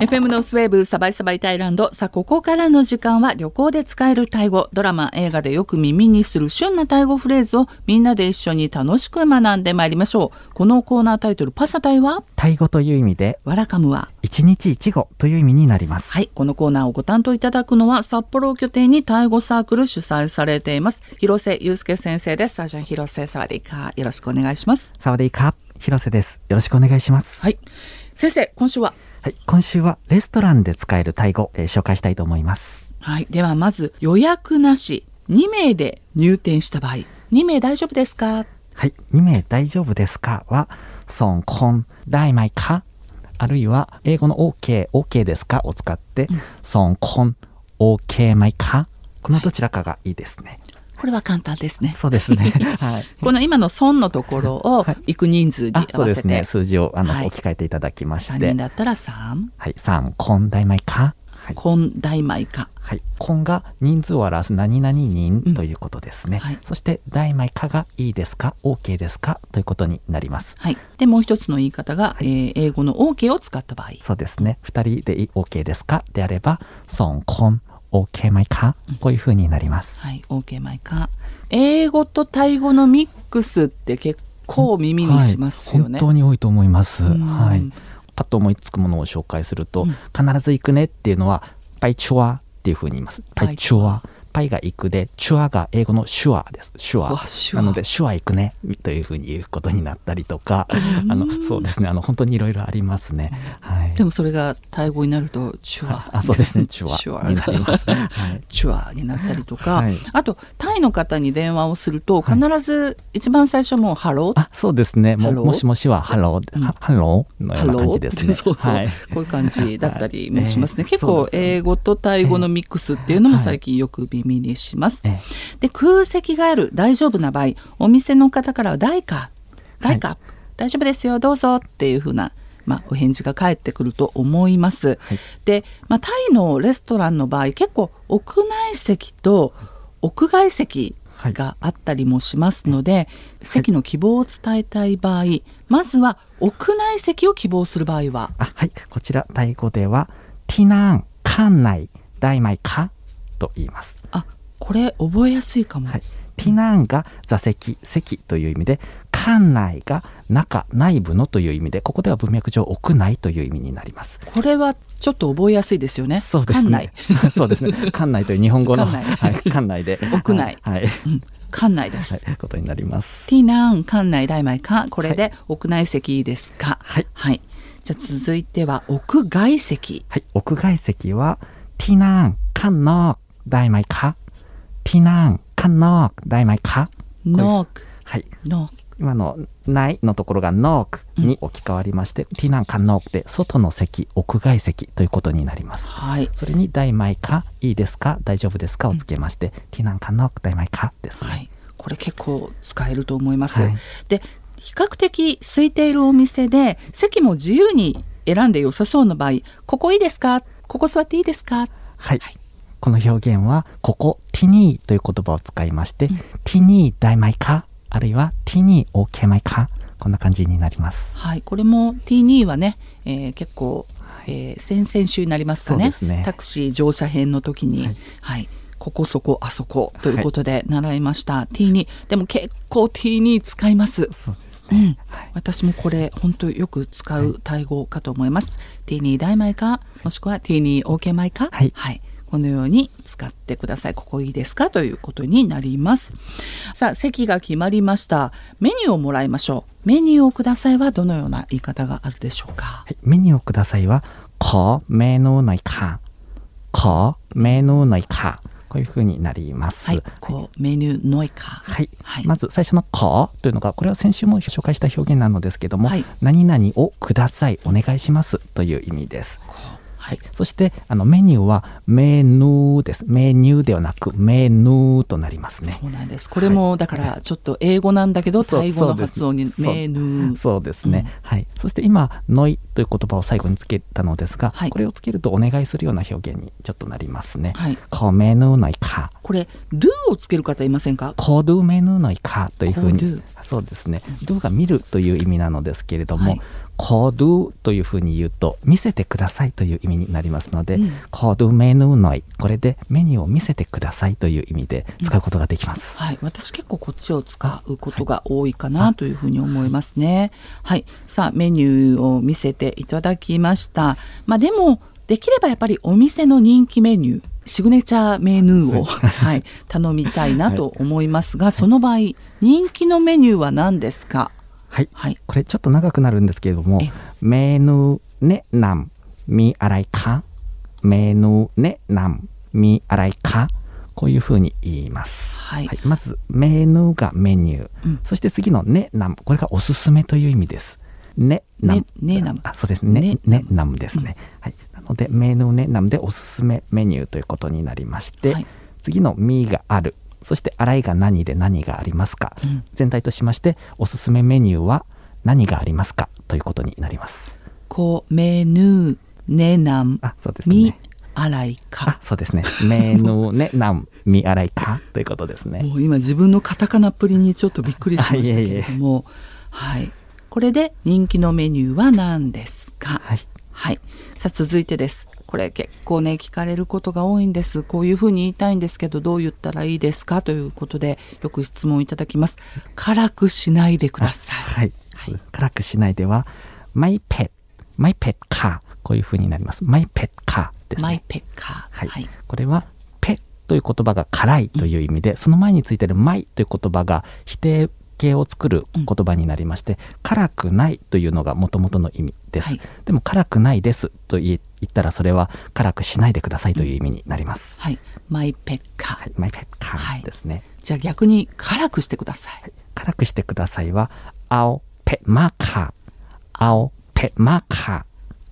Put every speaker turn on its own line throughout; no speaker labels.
FM ノースウェーブサバイサバイタイランドさあここからの時間は旅行で使えるタイ語ドラマ映画でよく耳にする旬なタイ語フレーズをみんなで一緒に楽しく学んでまいりましょうこのコーナータイトルパサタイは
タイ語という意味で
わらかむは
一日一語という意味になります、
はいこのコーナーをご担当いただくのは札幌を拠点にタイ語サークル主催されています広瀬祐介先生ですサージャン広瀬サワディカーよろしくお願いします
サワディーカ広瀬ですよろしくお願いします
は、い先生今週は
はい今週はレストランで使えるタイ語、えー紹介したいと思います
はい、ではまず予約なし2名で入店した場合2名大丈夫ですか
はい2名大丈夫ですかはソンコンダイマイかあるいは英語の OK OK ですかを使って、ソンコン OK マイかこのどちらかがいいですね、
これは簡単ですね
そうです ねはい
この今の損のところを
はい
行く人数に
あ
合
そう
わ
で
せ
す
て、
ね数字をあの、
はい
置き換えていただきまし
3
て
人だったら3
はい3コンダイマイかはい
婚大米か
はい、婚が人数を表す何々
うん
人ということですね、
はい
そして大枚かがいいですか OK ですかということになります
はいでもう一つの言い方が、えー英語の OK を使った場合
そうですね2人でい OK ですかであればソンコン OK 枚かこういうふうになります、
はい OK 米か英語とタイ語のミックスって結構耳にしますよ
は
ね、
い本当に多いと思います
うん
はいパッと思いつくものを紹介すると、
うん
必ず行くねっていうのはパイチュアっていうふうに言いますパイチュアパイが行くでチュアが英語のシュアですシュ
う
ア
わ手話
なので手話行くねというふうに言うことになったりとか、あのそうですねあの本当にいろいろありますね。はい。
でもそれがタイ語になると手話
ああそうですね手
手
話
話
になります。はい。
手話になったりとか、
はい
あとタイの方に電話をすると
は
必
い
ず一番最初もう「ハロー」
あそうですねも
Hello？
もしもしはハロー、
うん
はハローのよ
ハ
うな
ロ
感
ー
じです ね。
そうそう、
はい。
こういう感じだったりもしますね、
はい
結
そう
構
ですね
英語とタイ語のミックスっていうのも最近よく耳にします、
え
で空席がある大丈夫な場合お店の方からは「代価代価、大丈夫ですよどうぞ」っていうふうな、まあ、お返事が返ってくると思います、
はい
で、まあ、タイのレストランの場合結構屋内席と屋外席
はい
があったりもしますので、席の希望を伝えたい場合まずは屋内席を希望する場合は
あはいこちらタイ語ではティナンカンナイダイマイカと言います。
あこれ覚えやすいかも、
はい、ティナンが座席席という意味で館内が中内部のという意味でここでは文脈上屋内という意味になります。
これはちょっと覚えやすいですよね
そうです
館
ね
内。
そう そうですね。館内という日本語の
館内
はい、館内で
屋内
はい、はい
館内です、
はいことになります。
ティナン館内大米かこれで屋内席いいですか
はい
はいじゃあ続いては屋外席
はい、屋外席はティナン館の大枚かティナン館の大枚か
ノーク
はい。
ノーク
今の「ない」のところが「ノーク」に置き換わりまして「ティナン館ノーク」で外の席屋外席ということになります。
はい
それに「大米か」「いいですか」「大丈夫ですか」をつけまして「ティナンカンの大米か」ですね。
はい、これ結構使えると思います。
はい
で比較的空いているお店で席も自由に選んで良さそうな場合ここいいですかここ座っていいですか
はいこの表現はここ「ティニー」という言葉を使いまして「ティニー大米か」あるいは「ティニーオーケー米か」こんな感じになります。
はいこれも T2 はね、えー結構、えー先々週になりますか
そう
ね
ですね
タクシー乗車編の時に、は
はいい
ここそこあそこということで習いました、T2 でも結構 T2 使います。
そうです
う
ね
ん
はい
私もこれ本当よく使うタイ語かと思います。T2 大米かもしくは T2 オーケー米か、
はい
このように使ってください。ここいいですかということになります。さあ席が決まりました。メニューをもらいましょう。メニューをくださいはどのような言い方があるでしょうか
は。い、メニューをくださいは、こメニューないか。こメニューないか。こういうふうになります。
はい、こうメニューノイか。
はい、
はい
まず最初の「こ」というのがこれは先週も紹介した表現なのですけども「
はい
何々をくださいお願いします」という意味です。
はい、
そしてあのメニューは「メニュー」です「メニュー」ではなく「メニュー」となりますね
そ。うなんです。これもだからちょっと英語なんだけど、
そう
タイ語の
そうです
発音に
そう
メニュー。
そうですね、はい、そして今「ノイ」という言葉を最後につけたのですが、
はい
これをつけるとお願いするような表現にちょっとなりますね。
はい
こメヌーのいか
これドゥをつける方いませんか。
コドゥメヌーのイカというふう
コドゥ
にそうですね「ドゥ」が見るという意味なのですけれども、
はい
コードゥというふうに言うと見せてくださいという意味になりますので、
うん
コードゥメヌーノイこれでメニューを見せてくださいという意味で使うことができます。
はい、私結構こっちを使うことが多いかなというふうに思いますね。はい、さあメニューを見せていただきました。まあでもできればやっぱりお店の人気メニュー、シグネチャーメニューを、 はい、頼みたいなと思いますが、その場合人気のメニューは何ですか。
はい、
はい、
これちょっと長くなるんですけれども
え
メヌーネナムミアライカメヌーネナムミアライカこういうふうに言います、
はい
まずメヌーがメニュー、
うん
そして次のネナムこれがおすすめという意味ですネナム
ねねナム
あそうですね
ね
ねねナムですね、はい、なのでメヌーネナムでおすすめメニューということになりまして、
はい
次のミがあるそして洗いが何で何がありますか、
うん
全体としましておすすめメニューは何がありますかということになります
こうメニューネナン
あそうです
ミ
ね
アライ
あ
カ。
そうですねメヌ ーネナンミ洗いかということですね
もう今自分のカタカナっぷりにちょっとびっくりしましたけれども、はい、これで人気のメニューは何ですか。
はい
はい、さあ続いてです。これ結構ね聞かれることが多いんです。こういうふうに言いたいんですけどどう言ったらいいですかということでよく質問いただきます。辛くしないでください。
はい、そうです辛くしないではマイペッマイペッカーこういうふうになりますマイペッカーです
マイ
ね
ペッカー。
はい、これはペッという言葉が辛いという意味で、その前についてるマイという言葉が否定形を作る言葉になりまして、辛くないというのが元々の意味です、
はい
でも辛くないですと言い言ったらそれは辛くしないでくださいという意味になります、
はい、マイペッカー。
はい、マイペッカーですね、
じゃあ逆に辛くしてください。
辛くしてくださいは青ペマーカー青ペマーカ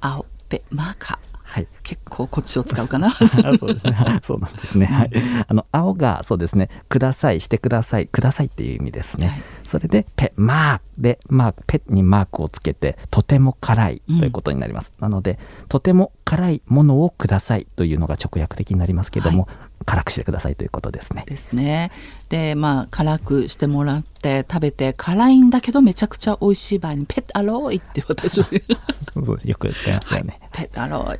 青ペマーカ
ーはい
ー。結構こっちを使うかな。
あそうですね。そうなんですね。はい。あの青がそうですね。くださいしてくださいくださいっていう意味ですね。
はい
それでペマークでマークペにマークをつけてとても辛い
うん
ということになります。なのでとても辛いものをくださいというのが直訳的になりますけども、辛くしてくださいということですね。
ですね。でまあ辛くしてもらって食べて辛いんだけどめちゃくちゃ美味しい場合にペッアローイって私 は
そうそうよく使いますよね。
ペッアローイ。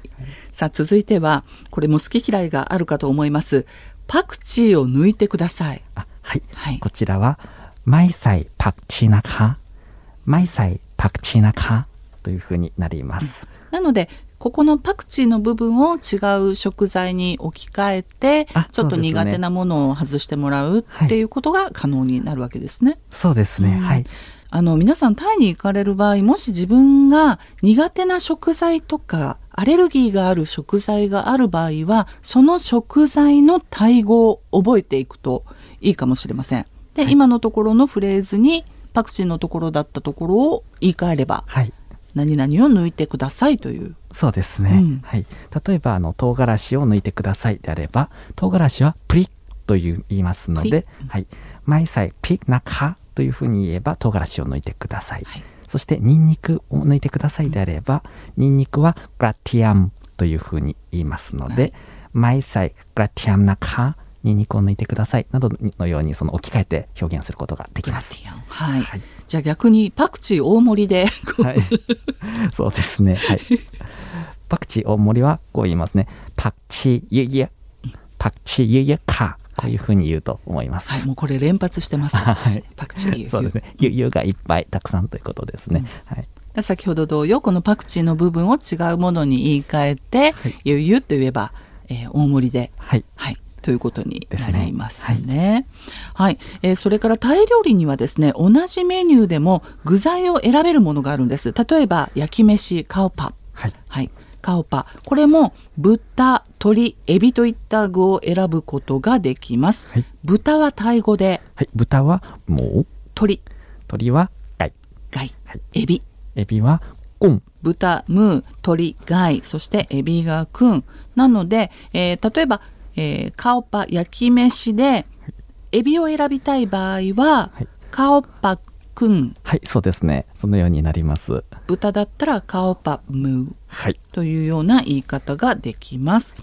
さあ続いてはこれも好き嫌いがあるかと思います。パクチーを抜いてください。
あはい、
はい
こちらはマイサイパクチーナカマイサイパクチーナカというふうになります。
なのでここのパクチーの部分を違う食材に置き換えて
あ
ちょっと
そうですね
苦手なものを外してもらうっていうことが可能になるわけですね。
そうですね。
うん
はい。
あの皆さんタイに行かれる場合もし自分が苦手な食材とかアレルギーがある食材がある場合はその食材のタイ語を覚えていくといいかもしれません。で、今のところのフレーズにパクチーのところだったところを言い換えれば
はい。
何々を抜いてくださいという。
そうですね、
うん
はい、例えばあの唐辛子を抜いてくださいであれば唐辛子はプリッという言いますので
プ、
はい、毎菜ピッナカというふうに言えば唐辛子を抜いてください、
はい
そしてニンニクを抜いてくださいであれば、ニンニクはグラティアムというふうに言いますので、
はい
毎菜グラティアムナカニンニクを抜いてくださいなどのようにその置き換えて表現することができます。
はい、
はい
じゃあ逆にパクチー大盛りで
はい、そうですね。はい。パクチー大盛りはこう言いますね。パクチーゆゆ、パクチーゆゆか、こういうふうに言うと思います。
はいもうこれ連発してます、私
はい
パクチー
そうですね。ゆゆがいっぱいたくさんということですね。はい。
先ほど同様このパクチーの部分を違うものに言い換えて「ゆうゆ」と言えば、えー大盛りで、
はい。
はい、ということに
です
な
ね
りますね。はいえーそれからタイ料理にはですね同じメニューでも具材を選べるものがあるんです。例えば焼き飯カオパ、
はい。
はい、カオパこれも豚鶏エビといった具を選ぶことができます。
はい
豚はタイ語で
はい。豚はもう、
鶏
鳥はガイ、
貝
はい
エビ
エビはゴン。
豚ムー鶏貝そしてエビがくんなので、えー例えば、えーカオパ焼き飯でエビを選びたい場合は、
はい
カオパくん
はい、そうですね。そのようになります。
豚だったらカオパムー
はい。
というような言い方ができます、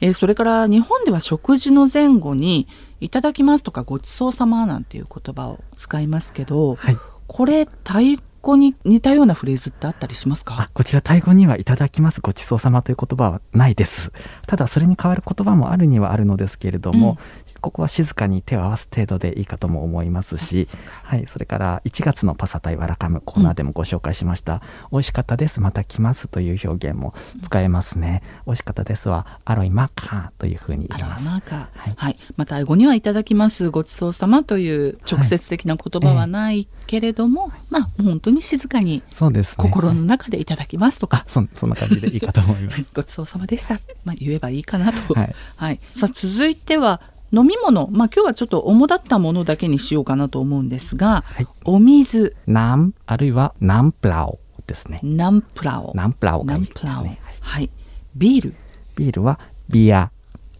えーそれから日本では食事の前後に「いただきます」とか「ごちそうさま」なんていう言葉を使いますけど、
はい。
これタイ語に似たようなフレーズってあったりします
あ
か
こちらタイ語にはいただきますごちそうさまという言葉はないですただそれに代わる言葉もあるにはあるのですけれども、ここは静かに手を合わす程度でいいかとも思いますしはい、それから1月のパサタイワラカムコーナーでもご紹介しました、美味しかったですまた来ますという表現も使えますね、美味しかったですはアロイマカーというふうに
あ
言い
ら
ます
なんか、は
はいい
また英語にはいただきますごちそうさまという直接的な言葉はないけれども、まあ本当に静かに
そうですね
心の中でいただきますとか
あ、そんそんな感じでいいかと思い ます
ごちそうさまでした、まあ、言えばいいかなと、は
はいい
さあ続いては飲み物、まあ、今日はちょっと主だったものだけにしようかなと思うんですが、
はい
お水
ナンあるいはナンプラオですね
ナンプラオ
ナンプラオが
ナ
いい
ン
で
プラ
す
オ、
ね、
は
はい
い、ビール、
ビールはビア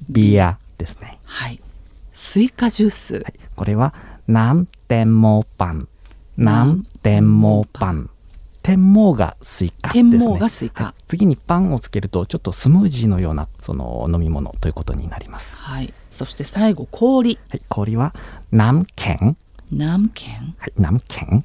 ビアですね、
はい、スイカジュース、
はい、これは南天毛パン南天毛パン天毛がスイカですね
天毛がスイカ
はい次にパンをつけるとちょっとスムージーのようなその飲み物ということになります、
はい、そして最後氷
はい、氷は南県
南県
はい南県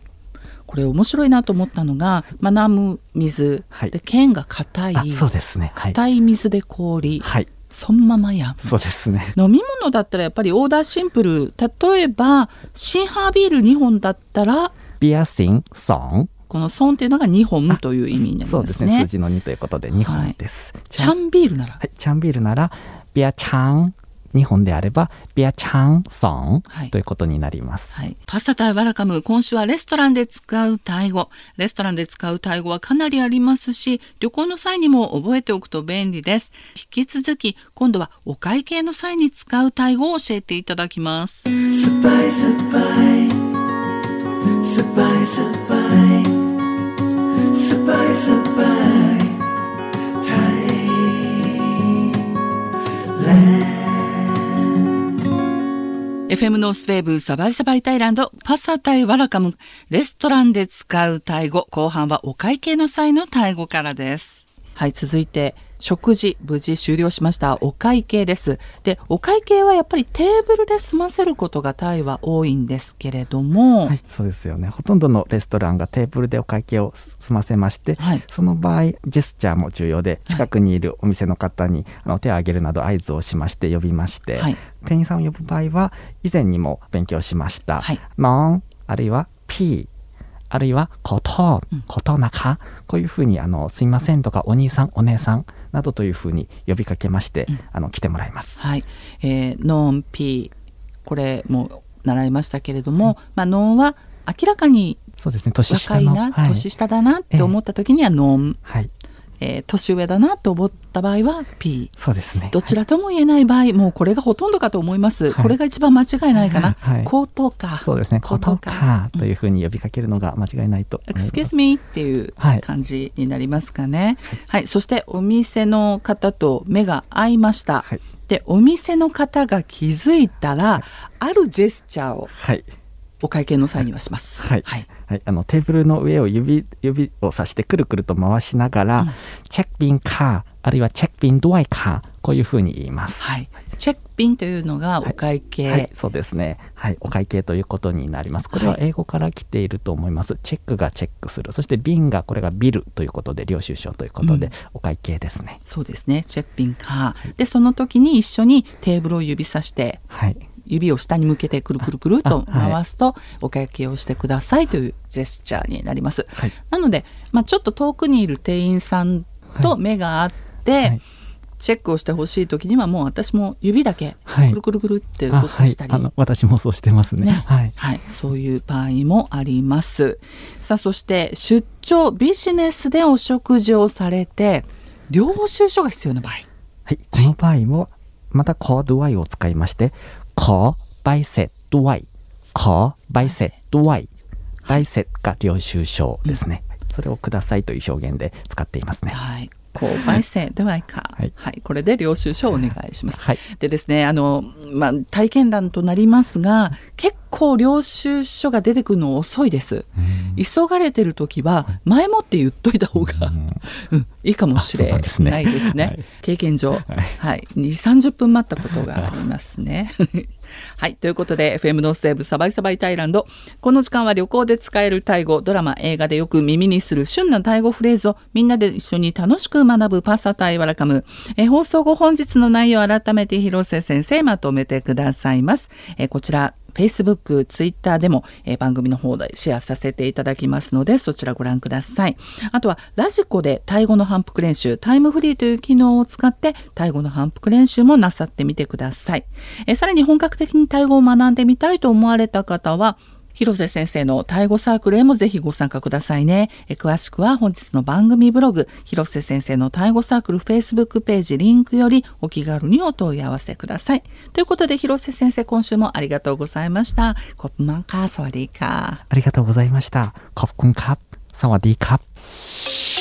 これ面白いなと思ったのが、まあ、ナム水、
はい
で県が硬い
あそうですねはい、
硬い水で氷、
はい、
そんままやん
そうですね
飲み物だったらやっぱりオーダーシンプル例えばシンハービール2本だったら
ビアシンソン
この「ソン」っていうのが2本という意味になり
そう
ま
です
す
ね
ね
数字の2ということで2本です、
チャンビールなら、
はい、チャンビールなら、ビアチャン、日本であれば、ビアチャンソン、
はい
ということになります。
はい、パスタタイワラカム今週はレストランで使うタイ語レストランで使うタイ語はかなりありますし旅行の際にも覚えておくと便利です引き続き今度はお会計の際に使うタイ語を教えていただきます
สบายสบายสบายสบายสบายสบายไทยแลนด์
FM ノースウェーブサバイサバイタイランドパサタイワラカムレストランで使うタイ語後半はお会計の際のタイ語からですはい続いて食事無事終了しましたお会計ですでお会計はやっぱりテーブルで済ませることがタイは多いんですけれども、
はい、そうですよね。ほとんどのレストランがテーブルでお会計を済ませまして、
はい
その場合、ジェスチャーも重要で、近くにいるお店の方に、あの手を挙げるなど合図をしまして呼びまして、
はい
店員さんを呼ぶ場合は、以前にも勉強しました、
はい
ノン、あるいはピー、あるいはこと、ことなか、こういうふうにあの、すいませんとか、お兄さん、お姉さんなどというふうに呼びかけまして、あの来てもらいます。
はい、えーノンピーこれも習いましたけれども、まあノンは明らかに
そうですね、年下
若い
の。
な、
はい
年下だなって思った時にはノン、
はい、
えー年上だなと思った場合はピー
そうですね。
どちらとも言えない場合、もうこれがほとんどかと思います。
はい
これが一番間違いないかな。
はい
口頭か。
そうですね、
口
こ
頭
と
か。
かというふうに呼びかけるのが間違いないと思います。
Excuse me っていう
はい
感じになりますかね。はい、そしてお店の方と目が合いました。
はい
で、お店の方が気づいたら、あるジェスチャーを
はい、
お会計の際にはします。
はい、はい、あのテーブルの上を指指をさしてくるくると回しながら、チェックビンかあるいはチェックビンドアイかこういうふうに言います。
はいチェックピンというのがお会計。
はい、そうですね。はい、お会計ということになります。これは英語から来ていると思います。チェックがチェックする、そして瓶がこれがビルということで領収書ということで、
うん
お会計ですね。
そうですね。チェックピンか。で、その時に一緒にテーブルを指さして、
はい、
指を下に向けてくるくるくると
あはい
回すとお会計をしてくださいというジェスチャーになります。
はい
なので、まあ、ちょっと遠くにいる店員さんと
はい
目があって、
はい
チェックをしてほしい時にはもう私も指だけ
はい
くるくるくるって動
あ
か
はい
したり、
あの私もそうしてますね。
ね
はい、
はい、そういう場合もあります。さあそして出張ビジネスでお食事をされて領収書が必要な場合。
はい、この場合もまたコードワイを使いまして、コバイセットワイ、コバイセットワイ、バイセットが領収書ですね。それをくださいという表現で使っていますね。
はい、購買制ではいか、は
はいい、
これで領収書をお願いします。
はい
でですね、あの、まあ、体験談となりますが、結構領収書が出てくるの遅いです。急がれてる時は、前もって言っといた方が、うん、いいかもしれ
あそうなんですね
ないですね。
はい
経験上、はい、
い
2、30分待ったことがありますね。はい。ということで、FM ノースセーブサバイサバイタイランド。この時間は旅行で使えるタイ語、ドラマ、映画でよく耳にする旬なタイ語フレーズをみんなで一緒に楽しく学ぶパサタイワラカム。えー放送後本日の内容を改めて広瀬先生まとめてくださいます。えーこちら、Facebook、Twitter でも、えー番組の方でシェアさせていただきますので、そちらご覧ください。あとは、ラジコでタイ語の反復練習、タイムフリーという機能を使って、タイ語の反復練習もなさってみてください。えーさらに本格的にタイ語を学んでみたいと思われた方は、広瀬先生のタイ語サークルへもぜひご参加くださいね。えー詳しくは本日の番組ブログ、広瀬先生のタイ語サークル Facebook ページリンクよりお気軽にお問い合わせください。ということで広瀬先生今週もありがとうございました。コップマンカー、サワディーカー。
ありがとうございました。コップンカップ、サワディーカップ。